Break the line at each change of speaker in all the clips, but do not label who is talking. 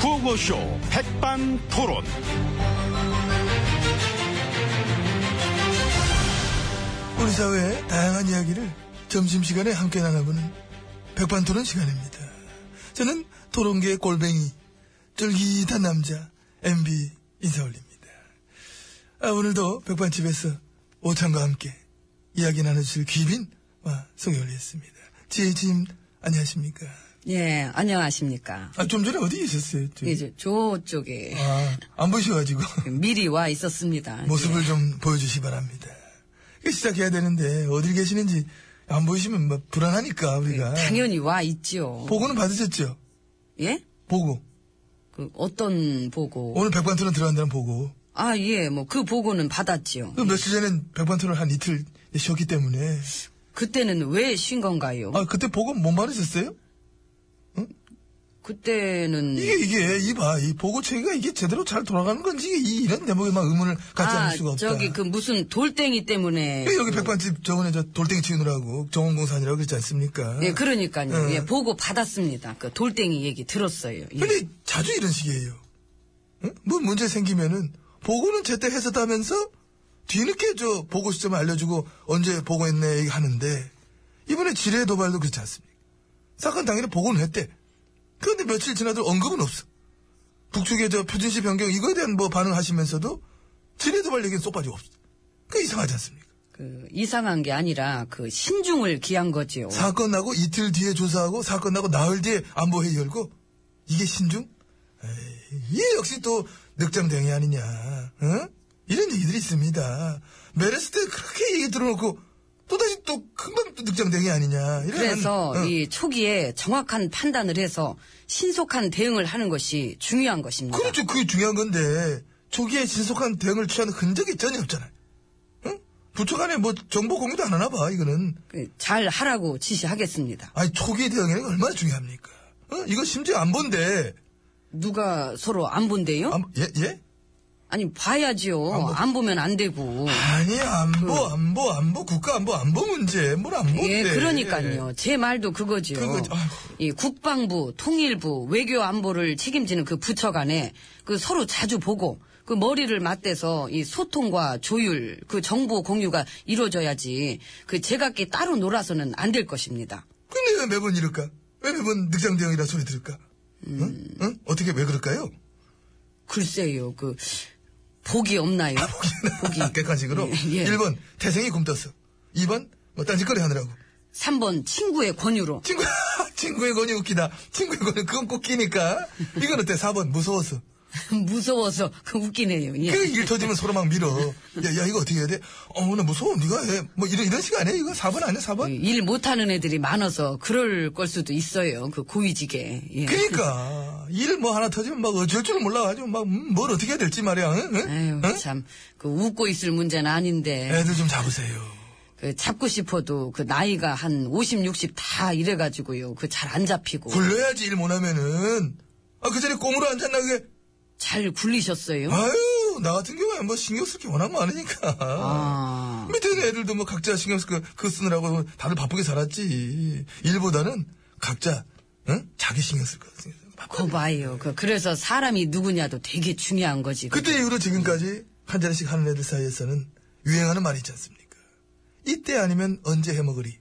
구호쇼 백반토론.
우리 사회의 다양한 이야기를 점심시간에 함께 나눠보는 백반토론 시간입니다. 저는 토론계의 골뱅이, 쫄깃한 남자, MB 인사올립니다. 아, 오늘도 백반집에서 오찬과 함께 이야기 나눠주실 귀빈 와, 소개 올리겠습니다. 지혜진, 안녕하십니까?
예, 안녕하십니까.
아, 좀 전에 어디 있었어요? 저기?
이제 저쪽에
아, 안 보셔가지고.
미리 와 있었습니다.
모습을 좀 보여주시 기 바랍니다. 이게 시작해야 되는데 어딜 계시는지 안 보이시면 막 불안하니까
예,
우리가
당연히 와 있지요.
보고는 받으셨죠?
예?
보고
그 어떤 보고?
오늘 백반토론 들어간다는 보고
아, 예, 뭐 그 보고는 받았지요.
그 며칠 전엔 백반토론 한 이틀 쉬었기 때문에
그때는 왜 쉰 건가요?
아 그때 보고 못 받으셨어요?
그때는
이게 이게 이봐 이 보고 체계가 이게 제대로 잘 돌아가는 건지 이게 이- 이런 대목에만 의문을 갖지
아,
않을 수가 없다.
저기 그 무슨 돌덩이 때문에
예, 여기 백반집 저번에 저 돌덩이 치우느라고 정원공사니라고 그랬지 않습니까?
예, 그러니까요.
어.
예, 보고 받았습니다. 그 돌덩이 얘기 들었어요. 예.
근데 자주 이런 식이에요. 응? 뭐 문제 생기면은 보고는 제때 했었다면서 뒤늦게 저 보고 시점 알려주고 언제 보고했네 얘기 하는데 이번에 지뢰 도발도 그렇지 않습니까? 사건 당일에 보고는 했대. 그런데 며칠 지나도 언급은 없어. 북측의 저 표준시 변경 이거에 대한 뭐 반응하시면서도 지뢰 도발 얘기는 쏙 빠지고 없어. 그 이상하지 않습니까?
그 이상한 게 아니라 그 신중을 기한 거지요.
사건 나고 이틀 뒤에 조사하고 사건 나고 나흘 뒤에 안보회의 열고 이게 신중? 에이, 이게 역시 또 늑장대응이 아니냐 응? 이런 얘기들이 있습니다 메르스 때 그렇게 얘기 들어놓고 또다시 또 금방 또 늑장대응이 아니냐 이런
그래서
어,
이 초기에 정확한 판단을 해서 신속한 대응을 하는 것이 중요한 것입니다.
그렇죠 그게 중요한 건데 초기에 신속한 대응을 취하는 흔적이 전혀 없잖아요 응? 부처 간에 뭐 정보 공유도 안 하나 봐 이거는
그잘 하라고 지시하겠습니다.
아니 초기 대응이 얼마나 중요합니까 어? 이거 심지어 안 본데
누가 서로 안 본대요?
안- 예? 예?
아니 봐야지요.
안
안,
보-
보면 안 되고.
아니 안보 안보 안보 국가 안보 안보 문제 뭘 안보
예, 그러니까요. 제 말도 그거지요.
그거지. 아휴.
이 국방부, 통일부, 외교 안보를 책임지는 그 부처 간에 그 서로 자주 보고 그 머리를 맞대서 이 소통과 조율, 그 정보 공유가 이루어져야지 그 제각기 따로 놀아서는 안 될 것입니다.
근데 왜 매번 이럴까 왜 매번 늑장 대형이라 소리 들을까
음.
응? 응? 어떻게 왜 그럴까요
글쎄요, 그, 복이 없나요? 그 복이.
객관식으로
예, 예.
1번 태생이 굶떴어 2번 뭐 딴짓거리 하느라고
3번, 친구의 권유로.
친구 친구의 권이 웃기다 친구의 권은 그건 꼭 끼니까 이건 어때 4번 무서워서
무서워서, 그 웃기네요. 예.
그 일 터지면 서로 막 밀어 야, 야 이거 어떻게 해야 돼? 어나 무서워 네가 해뭐 이런 이런 식아니야 이거 4번 아니야 4번?
일 못하는 애들이 많아서 그럴 걸 수도 있어요. 그 고위직에. 예.
그러니까 일 뭐 하나 터지면 막 어쩔 줄 몰라가지고 막 음, 뭘 어떻게 해야 될지 말이야. 응? 응?
아유,
응?
참. 그 웃고 있을 문제는 아닌데.
애들 좀 잡으세요.
그 잡고 싶어도 그 나이가 한 50, 60 다 이래가지고요. 그 잘 안 잡히고.
굴려야지 일 못하면은 아 그 자리 꽁으로 앉았나 그게
잘 굴리셨어요?
아유 나 같은 경우에 뭐 신경 쓸 게 워낙 많으니까
아.
밑에 있는 애들도 뭐 각자 신경 쓸 거 그 쓰느라고 다들 바쁘게 살았지 일보다는 각자 응? 자기 신경 쓸 거. 바빠.
거 봐요. 그, 그래서 사람이 누구냐도 되게 중요한 거지.
그때 이후로 지금까지 한 잔씩 하는 애들 사이에서는 유행하는 말이 있지 않습니까? 이때 아니면 언제 해먹으리?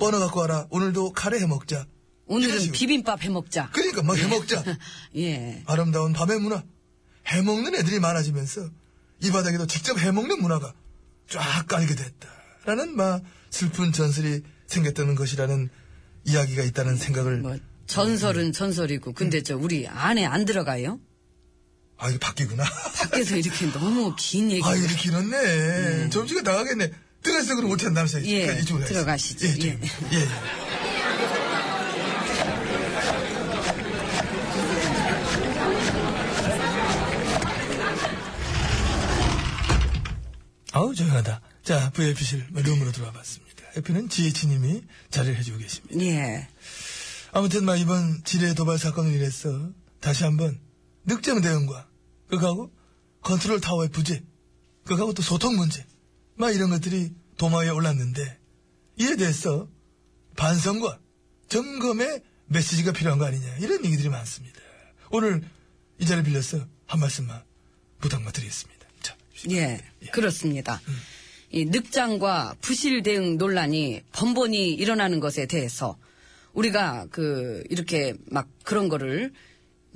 뻔어 갖고 와라. 오늘도 카레 해먹자. 이런
오늘은
식으로.
비빔밥 해 먹자.
그러니까 막 해먹자.
예.
아름다운 밤의 문화. 해먹는 애들이 많아지면서 이 바닥에도 직접 해먹는 문화가 쫙 깔게 됐다. 라는 막 슬픈 전설이 생겼다는 것이라는 이야기가 있다는 생각을
뭐 전설은 전설이고 근데 저 우리 안에 안 들어가요?
아 이게 바뀌구나.
밖에서 이렇게 너무 긴 얘기.
아, 이렇게 길었네. 점심에 나가겠네. 들어가서 그럼 못한다 하면서
예,
그냥 이쪽으로 가겠습니다.
들어가시죠.
예, 이쪽으로. 예. 예. 아우, 조용하다. 자, VIP실 룸으로 들어와 봤습니다. 옆에는 지혜치님이 자리를 해주고 계십니다.
예.
아무튼 막 이번 지뢰 도발 사건을 인해서 다시 한번 늑장 대응과 그거하고 컨트롤 타워의 부재 그거하고 또 소통 문제 막 이런 것들이 도마 위에 올랐는데 이에 대해서 반성과 점검의 메시지가 필요한 거 아니냐 이런 얘기들이 많습니다. 오늘 이 자리 빌려서 한 말씀만 부탁만 드리겠습니다. 자,
예, 그렇습니다. 이 늑장과 부실 대응 논란이 번번이 일어나는 것에 대해서 우리가 그 이렇게 막 그런 거를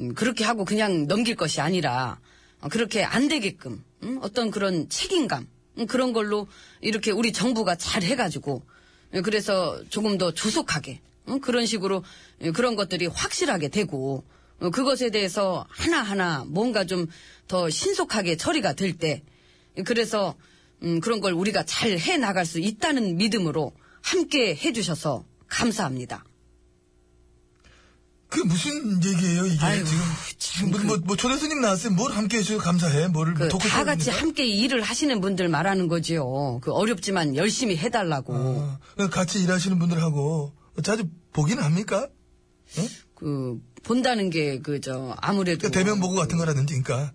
음, 그렇게 하고 그냥 넘길 것이 아니라 어, 그렇게 안 되게끔 음, 어떤 그런 책임감 음, 그런 걸로 이렇게 우리 정부가 잘 해가지고 예, 그래서 조금 더 조속하게 음, 그런 식으로 예, 그런 것들이 확실하게 되고 어, 그것에 대해서 하나하나 뭔가 좀 더 신속하게 처리가 될 때 그래서 음, 그런 걸 우리가 잘 해 나갈 수 있다는 믿음으로 함께 해주셔서 감사합니다.
그 무슨 얘기예요 이게
아이고,
지금
참
뭐,
그-
뭐, 뭐 초대스님 나왔으면 뭘 함께 해주셔서 감사해 뭐를
그
돕고
다 같이
싶으니까?
함께 일을 하시는 분들 말하는 거지요. 그 어렵지만 열심히 해달라고.
어, 그 같이 일하시는 분들하고 자주 보기는 합니까?
그 본다는 게 그 저 아무래도
그러니까 대면 보고 같은 거라든지 그러니까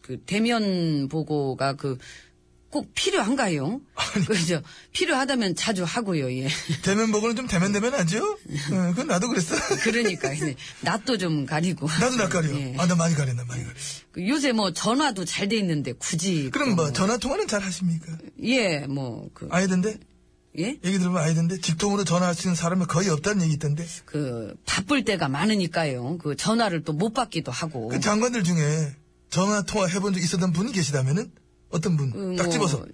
그 대면 보고가 그 꼭 필요한가요? 그죠? 필요하다면 자주 하고요. 예.
대면 보고는 좀 대면 대면 하죠?
네.
어, 그건 나도 그랬어.
그러니까 이제 낯도 좀 가리고.
나도 낯가려.
예.
아, 나 많이 가렸나, 많이 가려.
그 요새 뭐 전화도 잘 돼 있는데 굳이
그럼
또
뭐, 전화 통화는 잘 하십니까?
예, 뭐, 그,
아이던데?
예?
얘기 들으면 아이던데? 직통으로 전화할 수 있는 사람은 거의 없다는 얘기 있던데?
그, 바쁠 때가 많으니까요. 그 전화를 또 못 받기도 하고.
그 장관들 중에 전화 통화 해본 적 있었던 분이 계시다면은? 어떤 분?
그 뭐,
딱 집어서.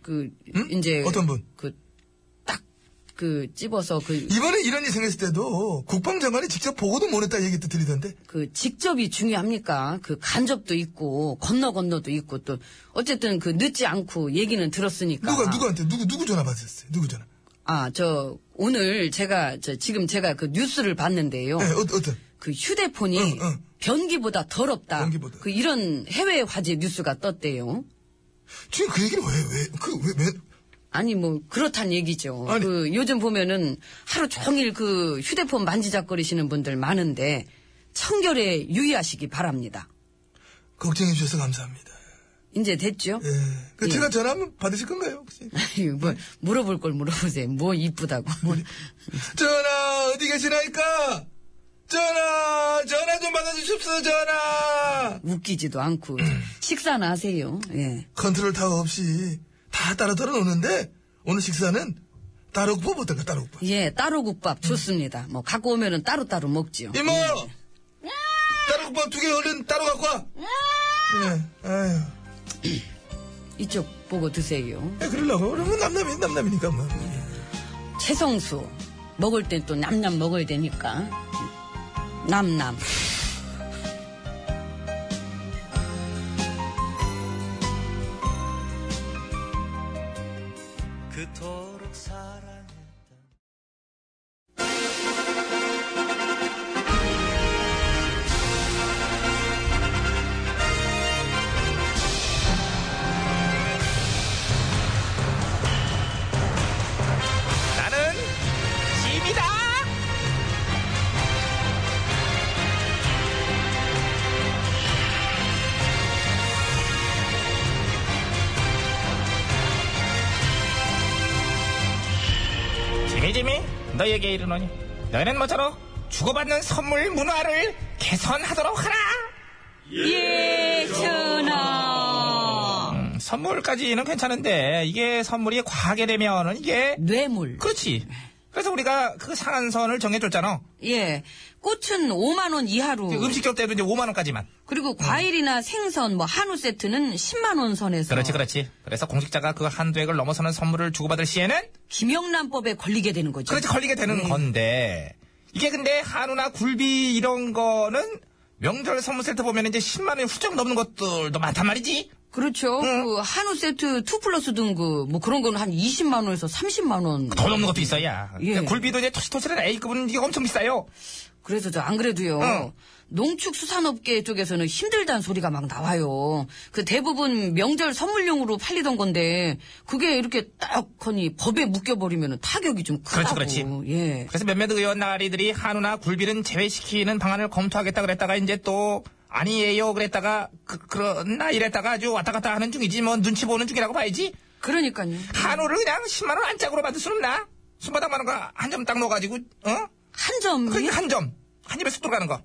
그,
응?
이제.
어떤 분?
그, 딱, 그, 집어서 그,
이번에 이런 일이 생겼을 때도 국방장관이 직접 보고도 못 했다 얘기 또 들리던데?
그, 직접이 중요합니까? 그, 간접도 있고, 건너 건너도 있고, 또, 어쨌든 그, 늦지 않고 얘기는 들었으니까.
누가, 누구한테, 누구, 누구 전화 받으셨어요? 누구 전화?
아, 저, 오늘 제가, 저, 지금 제가 그 뉴스를 봤는데요.
예, 어, 어떤?
그 휴대폰이
응, 응.
변기보다 더럽다.
변기보다.
그 이런 해외 화제 뉴스가 떴대요.
지금 그 얘기를 왜, 왜, 그, 왜, 왜,
아니 뭐 그렇단 얘기죠.
아니.
그 요즘 보면은 하루 종일 그 휴대폰 만지작거리시는 분들 많은데 청결에 유의하시기 바랍니다.
걱정해 주셔서 감사합니다.
이제 됐죠?
예. 그
예.
제가 전화 한번 받으실 건가요, 혹시?
아니, 뭐 물어볼 걸 물어보세요. 뭐 이쁘다고.
전화 어디 계시나이까? 전화 전화 좀 받아주십시오 전화
웃기지도 않고 식사나 하세요. 예.
컨트롤 타워 없이 다 따로 따로 놓는데 오늘 식사는 따로 국밥 어떨까 따로 국밥
예, 따로 국밥 좋습니다. 뭐 갖고 오면은 따로따로 먹지요.
이모 따로 국밥 두 개 얼른 따로 갖고 와 예, 아유
이쪽 보고 드세요.
예, 그러려고 그러면 남남이 남남이니까 뭐
채성수 먹을 땐 또 남남 먹어야 되니까 예. 남남
그토록 사랑했다.
나는 짐이다. 짐이 짐이 너에게 이르노니 너희는 모쪼록 주고받는 선물 문화를 개선하도록 하라.
예천아
음, 선물까지는 괜찮은데 이게 선물이 과하게 되면은 이게
뇌물
그렇지. 그래서 우리가 그 상한선을 정해줬잖아.
예 꽃은 5만 원 이하로
이제 그 음식 줄 때도 이제 5만 원까지만.
그리고 과일이나 생선 뭐 한우 세트는 10만 원 선에서
그렇지, 그렇지. 그래서 공직자가 그 한도액을 넘어서는 선물을 주고받을 시에는
김영란법에 걸리게 되는 거죠.
그렇지 걸리게 되는 건데 이게 근데 한우나 굴비 이런 거는 명절 선물 세트 보면 이제 10만 원이 훌쩍 넘는 것들도 많단 말이지.
그렇죠. 그 한우 세트 2 플러스 등급 뭐 그런 거는 한 20만 원에서 30만 원
더 넘는 것도 있어야. 그러니까
예.
굴비도 이제 토실토실한 A급은 이게 엄청 비싸요.
그래서 저 안 그래도요.
응.
농축수산업계 쪽에서는 힘들다는 소리가 막 나와요. 그 대부분 명절 선물용으로 팔리던 건데 그게 이렇게 딱하니 법에 묶여버리면 타격이 좀 크다고.
그렇지, 그렇지.
예.
그래서 몇몇 의원 나리들이 한우나 굴비는 제외시키는 방안을 검토하겠다 그랬다가 이제 또 아니에요 그랬다가 그, 그러나 이랬다가 아주 왔다 갔다 하는 중이지 뭐 눈치 보는 중이라고 봐야지
그러니까요.
한우를 그냥 10만 원 안짝으로 받을 수는 없나 손바닥만 한거 한 점 딱 넣어가지고 어?
한 점이
그러니까 한점한 입에 쑥 들어가는 거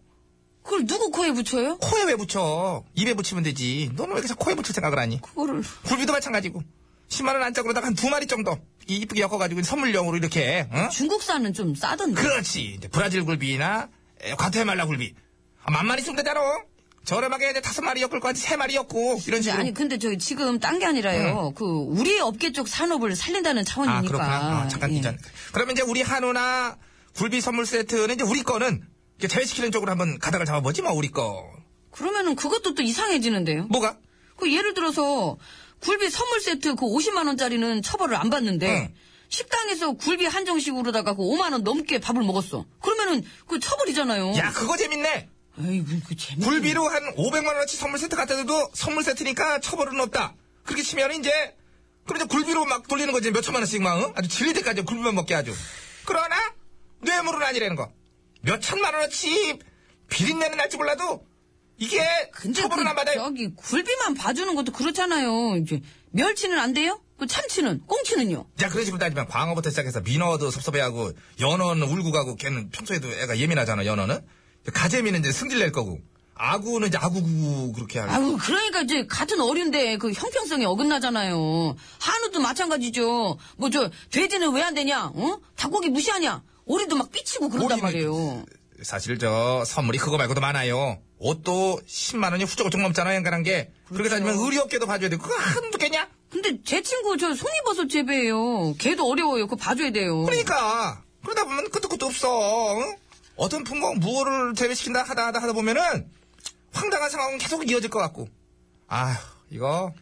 그걸 누구 코에 붙여요?
코에 왜 붙여? 입에 붙이면 되지. 너는 왜 계속 코에 붙일 생각을 하니?
그거를
굴비도 마찬가지고. 10만원 안짝으로다가 한 두 마리 정도. 이쁘게 엮어가지고 선물용으로 이렇게, 어? 응?
중국산은 좀 싸던데.
그렇지. 이제 브라질 굴비나, 에, 과테말라 굴비. 아, 만만 있으면 되잖아. 저렴하게 이제 다섯 마리 엮을 거한테 세 마리 엮고, 이런 식으로. 네.
아니 근데 저 지금 딴 게 아니라요. 그 우리 업계 쪽 산업을 살린다는
아,
차원이니까.
그렇구나. 어, 잠깐
예.
잊었네. 그러면 이제 우리 한우나 굴비 선물 세트는 이제 우리 거는 이제 제외시키는 쪽으로 한번 가닥을 잡아보지, 뭐, 우리 거.
그러면은 그것도 또 이상해지는데요.
뭐가?
그 예를 들어서 굴비 선물 세트 그 50만 원짜리는 처벌을 안 받는데
응.
식당에서 굴비 한정식으로다가 그 5만 원 넘게 밥을 먹었어. 그러면은 그 처벌이잖아요.
야, 그거 재밌네!
아이고 그 재미.
굴비로 한 500만원어치 선물 세트 갖다 줘도 선물 세트니까 처벌은 없다. 그렇게 치면 이제, 그럼 이제 굴비로 막 돌리는 거지. 몇천만원씩 막, 응? 아주 질릴 때까지 굴비만 먹게 아주. 그러나, 뇌물은 아니라는 거. 몇천만원어치 비린내는 날지 몰라도, 이게
근데
처벌은
그
안 받아요.
저기 굴비만 봐주는 것도 그렇잖아요. 이제 멸치는 안 돼요? 그 참치는 꽁치는요?
자, 그런 식으로 따지면 광어부터 시작해서 민어도 섭섭해하고 연어는 울고 가고 걔는 평소에도 애가 예민하잖아, 연어는. 가재미는 이제 승질낼 거고. 아구는 이제 아구구 그렇게 하고.
아유, 그러니까 이제 같은 어류인데 그 형평성이 어긋나잖아요. 한우도 마찬가지죠. 뭐 저 돼지는 왜 안 되냐? 어? 닭고기 무시하냐? 오리도 막 삐치고 그런단
오리는-
말이에요.
사실 저 선물이 그거 말고도 많아요. 옷도 10만 원이 후쩍후쩍 넘잖아, 연간한 게. 그렇게 따지면 의료업계도 봐줘야 돼. 그거 한두 개냐?
근데 제 친구 저 송이버섯 재배예요. 걔도 어려워요. 그거 봐줘야 돼요.
그러니까. 그러다 보면 끝도 끝도 없어. 응? 어떤 품목 무엇을 제외시킨다 하다 하다 하다 보면은 황당한 상황은 계속 이어질 것 같고. 아휴, 이거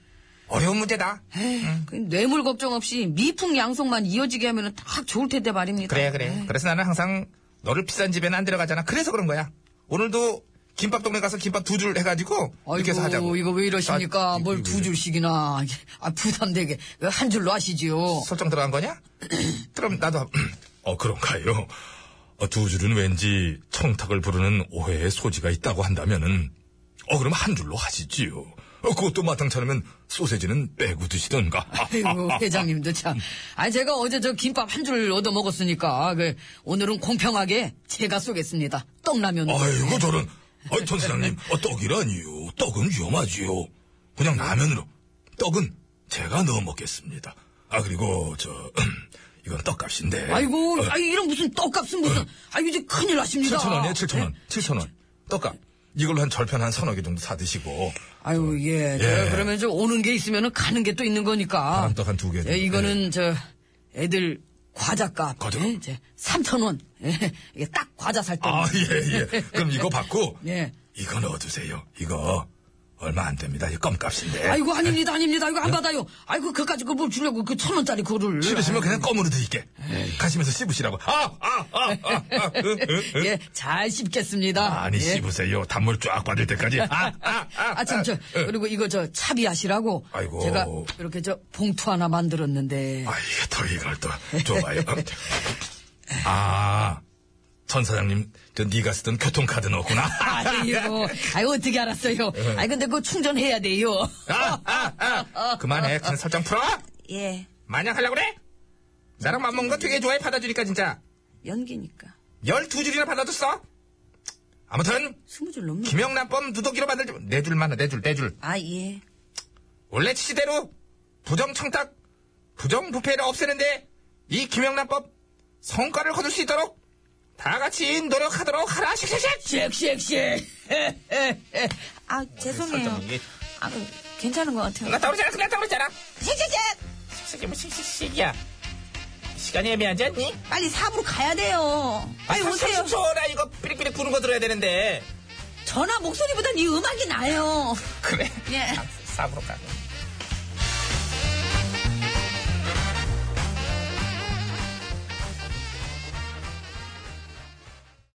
어려운 문제다.
에이, 그 뇌물 걱정 없이 미풍 양성만 이어지게 하면 딱 좋을 텐데 말입니다.
그래 그래 그래서 나는 항상 너를 비싼 집에는 안 들어가잖아 그래서 그런 거야 오늘도 김밥 동네 가서 김밥 두 줄 해가지고 이렇게 해서 하자고
이거 왜 이러십니까?
아,
뭘
이거
두
왜
줄씩이나. 아, 부담되게. 왜 한 줄로 하시지요?
설정 들어간 거냐? 그럼 나도 한-
어, 그런가요? 어, 두 줄은 왠지 청탁을 부르는 오해의 소지가 있다고 한다면은, 어, 그럼 한 줄로 하시지요. 어, 그것도 마땅찮으면 소세지는 빼고 드시던가.
아이고, 회장님도 참. 아, 제가 어제 저 김밥 한 줄 얻어 먹었으니까, 그, 오늘은 공평하게 제가 쏘겠습니다. 떡라면.
아이고, 저런. 아, 전 사장님, 어, 떡이라니요. 떡은 위험하지요. 그냥 라면으로. 떡은 제가 넣어 먹겠습니다. 아, 그리고, 저, 이건 떡값인데.
아이고, 아이, 이런 무슨 떡값은 무슨, 아이고, 이제 큰일 나십니다.
7천 원이에요, 7천 원. 7천 원. 떡값. 이걸로 한 절편 한 서너 개 정도 사드시고.
아유, 예. 저,
예.
그러면 저 오는 게 있으면 가는 게 또 있는 거니까.
바람떡 한두 개.
예, 이거는 저, 애들 과자값.
과자?
예, 이제, 3천 원. 예, 이게 딱 과자 살 때.
아, 예, 예. 그럼 이거 받고.
예.
이거 넣어두세요. 이거. 얼마 안 됩니다. 이 껌값인데.
아이고, 아닙니다, 아닙니다.
예?
이거 안 받아요. 아이고, 그까지 그걸 뭘 주려고 그 천 원짜리 그거를.
싫으시면 그냥 껌으로 드릴게. 가시면서 씹으시라고. 아, 아, 아, 아, 아. 으, 으, 으.
예, 잘 씹겠습니다.
아니,
예.
씹으세요. 단물 쫙 받을 때까지. 아, 아, 아.
아, 참, 저, 그리고 이거 저 차비하시라고.
아이고.
제가 이렇게 저 봉투 하나 만들었는데.
아, 이게 또 이걸 또 줘봐요. 아, 전 사장님, 저 네가 쓰던 교통카드 넣었구나.
아이고, 아유, 어떻게 알았어요.
예.
아이, 근데 그거 충전해야 돼요.
아, 아, 아. 그만해 그냥 설정 풀어
예,
마냥 하려고 그래 나랑 맘먹는 거 되게 좋아해 받아주니까 진짜
연기니까.
12줄이나 받아줬어 아무튼
스무 줄 넘는.
김영란법 누더기로 만들지 네 줄만 네줄네줄
아, 예.
원래 취지대로 부정청탁 부정부패를 없애는데 이 김영란법 성과를 거둘 수 있도록 다 같이 노력하도록 하라 씩씩씩
쉑쉑쉑. 아, 죄송해요. 아, 괜찮은 것 같아요.
끝났다 그러잖아 끝났다 그러잖아
쉑쉑쉑!
식이 뭐 식식식이야 시간이 애매하지 않니? 아,
빨리 사부로 가야 돼요. 빨리 오세요.
30초나 이거 삐릭삐릭 부는 거 들어야 되는데
전화 목소리보단 이 음악이 나요.
그래
예.
아, 쌈으로 가고